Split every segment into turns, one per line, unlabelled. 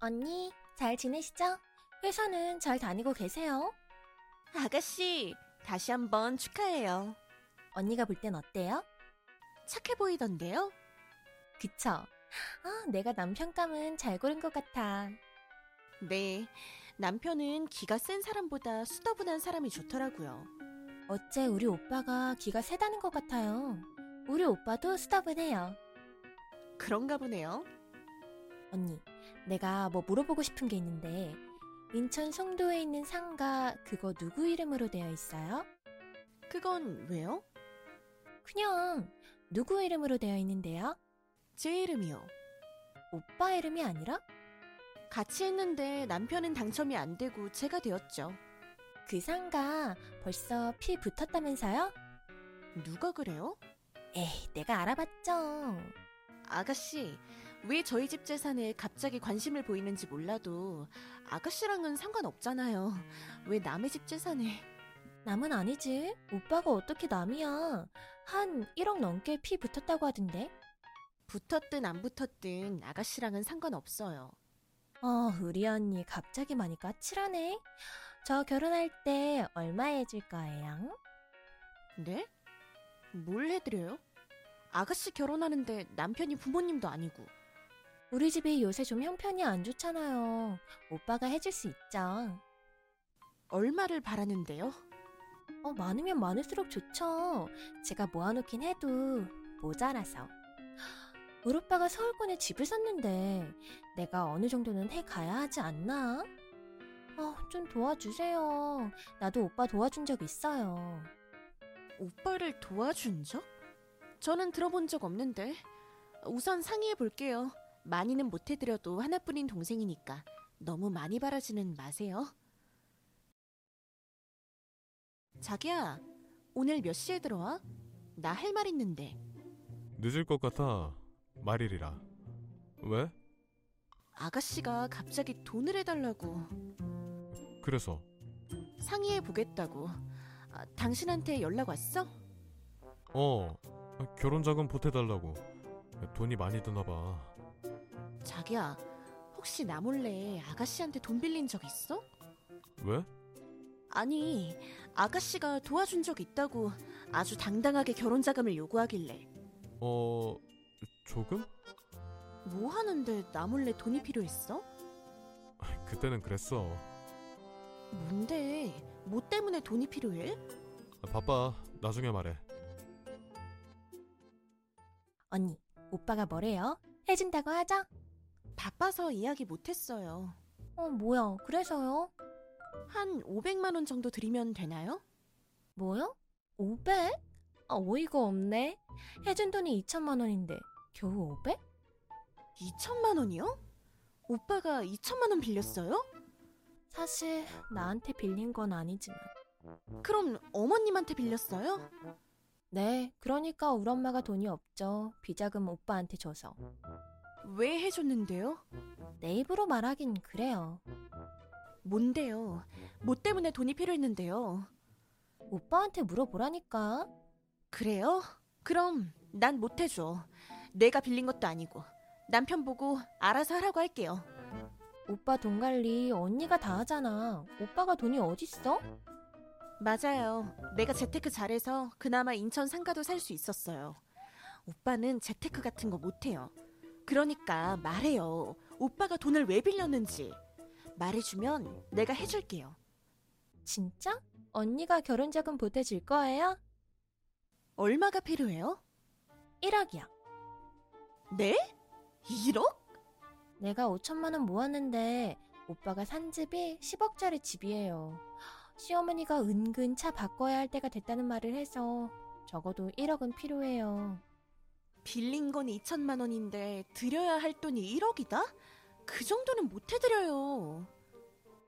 언니, 잘 지내시죠? 회사는 잘 다니고 계세요?
아가씨, 다시 한번 축하해요.
언니가 볼 땐 어때요?
착해 보이던데요?
그쵸? 아, 내가 남편감은 잘 고른 것 같아.
네, 남편은 기가 센 사람보다 수다분한 사람이 좋더라고요.
어째 우리 오빠가 기가 세다는 것 같아요. 우리 오빠도 수다분해요.
그런가 보네요.
언니, 내가 뭐 물어보고 싶은 게 있는데, 인천 송도에 있는 상가 그거 누구 이름으로 되어 있어요?
그건 왜요?
그냥 누구 이름으로 되어 있는데요?
제 이름이요.
오빠 이름이 아니라?
같이 했는데 남편은 당첨이 안 되고 제가 되었죠.
그 상가 벌써 피 붙었다면서요?
누가 그래요?
에이, 내가 알아봤죠.
아가씨, 왜 저희 집 재산에 갑자기 관심을 보이는지 몰라도 아가씨랑은 상관없잖아요. 왜 남의 집 재산에.
남은 아니지. 오빠가 어떻게 남이야. 한 1억 넘게 피 붙었다고 하던데.
붙었든 안 붙었든 아가씨랑은 상관없어요.
어, 우리 언니 갑자기 많이 까칠하네. 저 결혼할 때 얼마에 해줄 거예요?
네? 뭘 해드려요? 아가씨 결혼하는데 남편이 부모님도 아니고.
우리 집이 요새 좀 형편이 안 좋잖아요. 오빠가 해줄 수 있죠.
얼마를 바라는데요?
어, 많으면 많을수록 좋죠. 제가 모아놓긴 해도 모자라서. 우리 오빠가 서울권에 집을 샀는데 내가 어느 정도는 해가야 하지 않나? 어, 좀 도와주세요. 나도 오빠 도와준 적 있어요.
오빠를 도와준 적? 저는 들어본 적 없는데. 우선 상의해 볼게요. 많이는 못 해드려도 하나뿐인 동생이니까 너무 많이 바라지는 마세요. 자기야, 오늘 몇 시에 들어와? 나 할 말 있는데.
늦을 것 같아 말이리라 왜?
아가씨가 갑자기 돈을 해달라고.
그래서
상의해 보겠다고. 아, 당신한테 연락 왔어?
어 결혼 자금 보태달라고 돈이 많이 드나 봐
자기야, 혹시 나 몰래 아가씨한테 돈 빌린 적 있어?
왜?
아니, 아가씨가 도와준 적 있다고 아주 당당하게 결혼 자금을 요구하길래
어 조금?
뭐 하는데 나 몰래 돈이 필요했어?
그때는 그랬어
뭔데? 뭐 때문에 돈이 필요해?
바빠 나중에 말해
언니, 오빠가 뭐래요? 해준다고 하죠?
바빠서 이야기 못했어요.
어, 뭐야. 그래서요?
한 500만 원 정도 드리면 되나요?
뭐요? 500? 아, 어이가 없네. 해준 돈이 2천만 원인데 겨우 500?
2천만 원이요? 오빠가 2천만 원 빌렸어요?
사실 나한테 빌린 건 아니지만.
그럼 어머님한테 빌렸어요?
네, 그러니까 우리 엄마가 돈이 없죠. 비자금 오빠한테 줘서.
왜 해줬는데요?
내 입으로 말하긴 그래요.
뭔데요? 뭐 때문에 돈이 필요했는데요?
오빠한테 물어보라니까.
그래요? 그럼 난 못 해줘. 내가 빌린 것도 아니고 남편 보고 알아서 하라고 할게요.
오빠 돈 관리 언니가 다 하잖아. 오빠가 돈이 어딨어?
맞아요. 내가 재테크 잘해서 그나마 인천 상가도 살 수 있었어요. 오빠는 재테크 같은 거 못해요. 그러니까 말해요. 오빠가 돈을 왜 빌렸는지 말해주면 내가 해줄게요.
진짜? 언니가 결혼자금 보태줄 거예요?
얼마가 필요해요?
1억이야.
네? 1억?
내가 5천만 원 모았는데 오빠가 산 집이 10억짜리 집이에요. 시어머니가 은근 차 바꿔야 할 때가 됐다는 말을 해서 적어도 1억은 필요해요.
빌린 건 2천만 원인데 드려야 할 돈이 1억이다? 그 정도는 못 해드려요.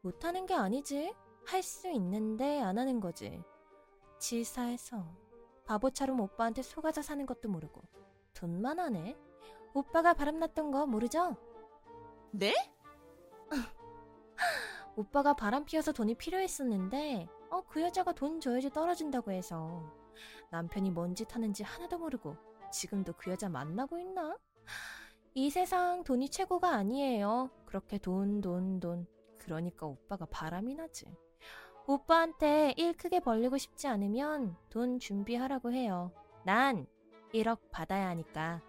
못하는 게 아니지. 할 수 있는데 안 하는 거지. 지사해서 바보처럼 오빠한테 속아서 사는 것도 모르고 돈만 하네. 오빠가 바람났던 거 모르죠?
네?
오빠가 바람 피워서 돈이 필요했었는데 어 그 여자가 돈 줘야지 떨어진다고 해서 남편이 뭔 짓 하는지 하나도 모르고 지금도 그 여자 만나고 있나? 이 세상 돈이 최고가 아니에요. 그렇게 돈, 돈, 돈. 그러니까 오빠가 바람이 나지. 오빠한테 일 크게 벌리고 싶지 않으면 돈 준비하라고 해요. 난 1억 받아야 하니까.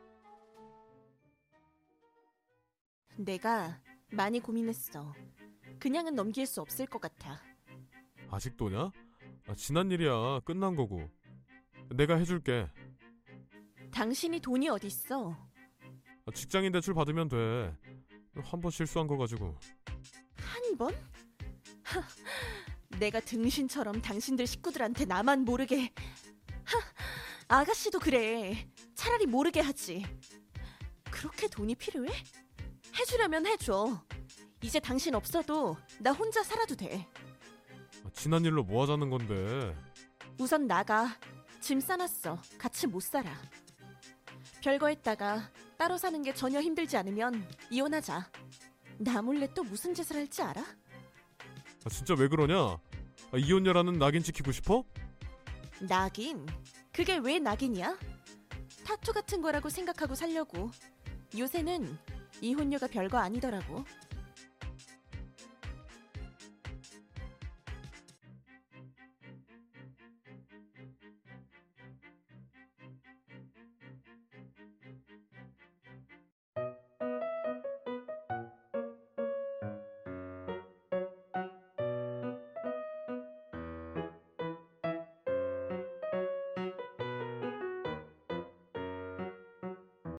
내가 많이 고민했어. 그냥은 넘길 수 없을 것 같아.
아직도냐? 아, 지난 일이야. 끝난 거고. 내가 해줄게.
당신이 돈이 어딨어?
아, 직장인 대출 받으면 돼. 한 번 실수한 거 가지고.
한 번? 하, 내가 등신처럼 당신들 식구들한테 나만 모르게. 하, 아가씨도 그래. 차라리 모르게 하지. 그렇게 돈이 필요해? 해주려면 해줘. 이제 당신 없어도 나 혼자 살아도 돼.
아, 지난 일로 뭐 하자는 건데.
우선 나가. 짐 싸놨어. 같이 못 살아. 별거 했다가 따로 사는 게 전혀 힘들지 않으면 이혼하자. 나 몰래 또 무슨 짓을 할지 알아?
아, 진짜 왜 그러냐? 아, 이혼녀라는 낙인 찍히고 싶어?
낙인? 그게 왜 낙인이야? 타투 같은 거라고 생각하고 살려고. 요새는 이혼녀가 별거 아니더라고.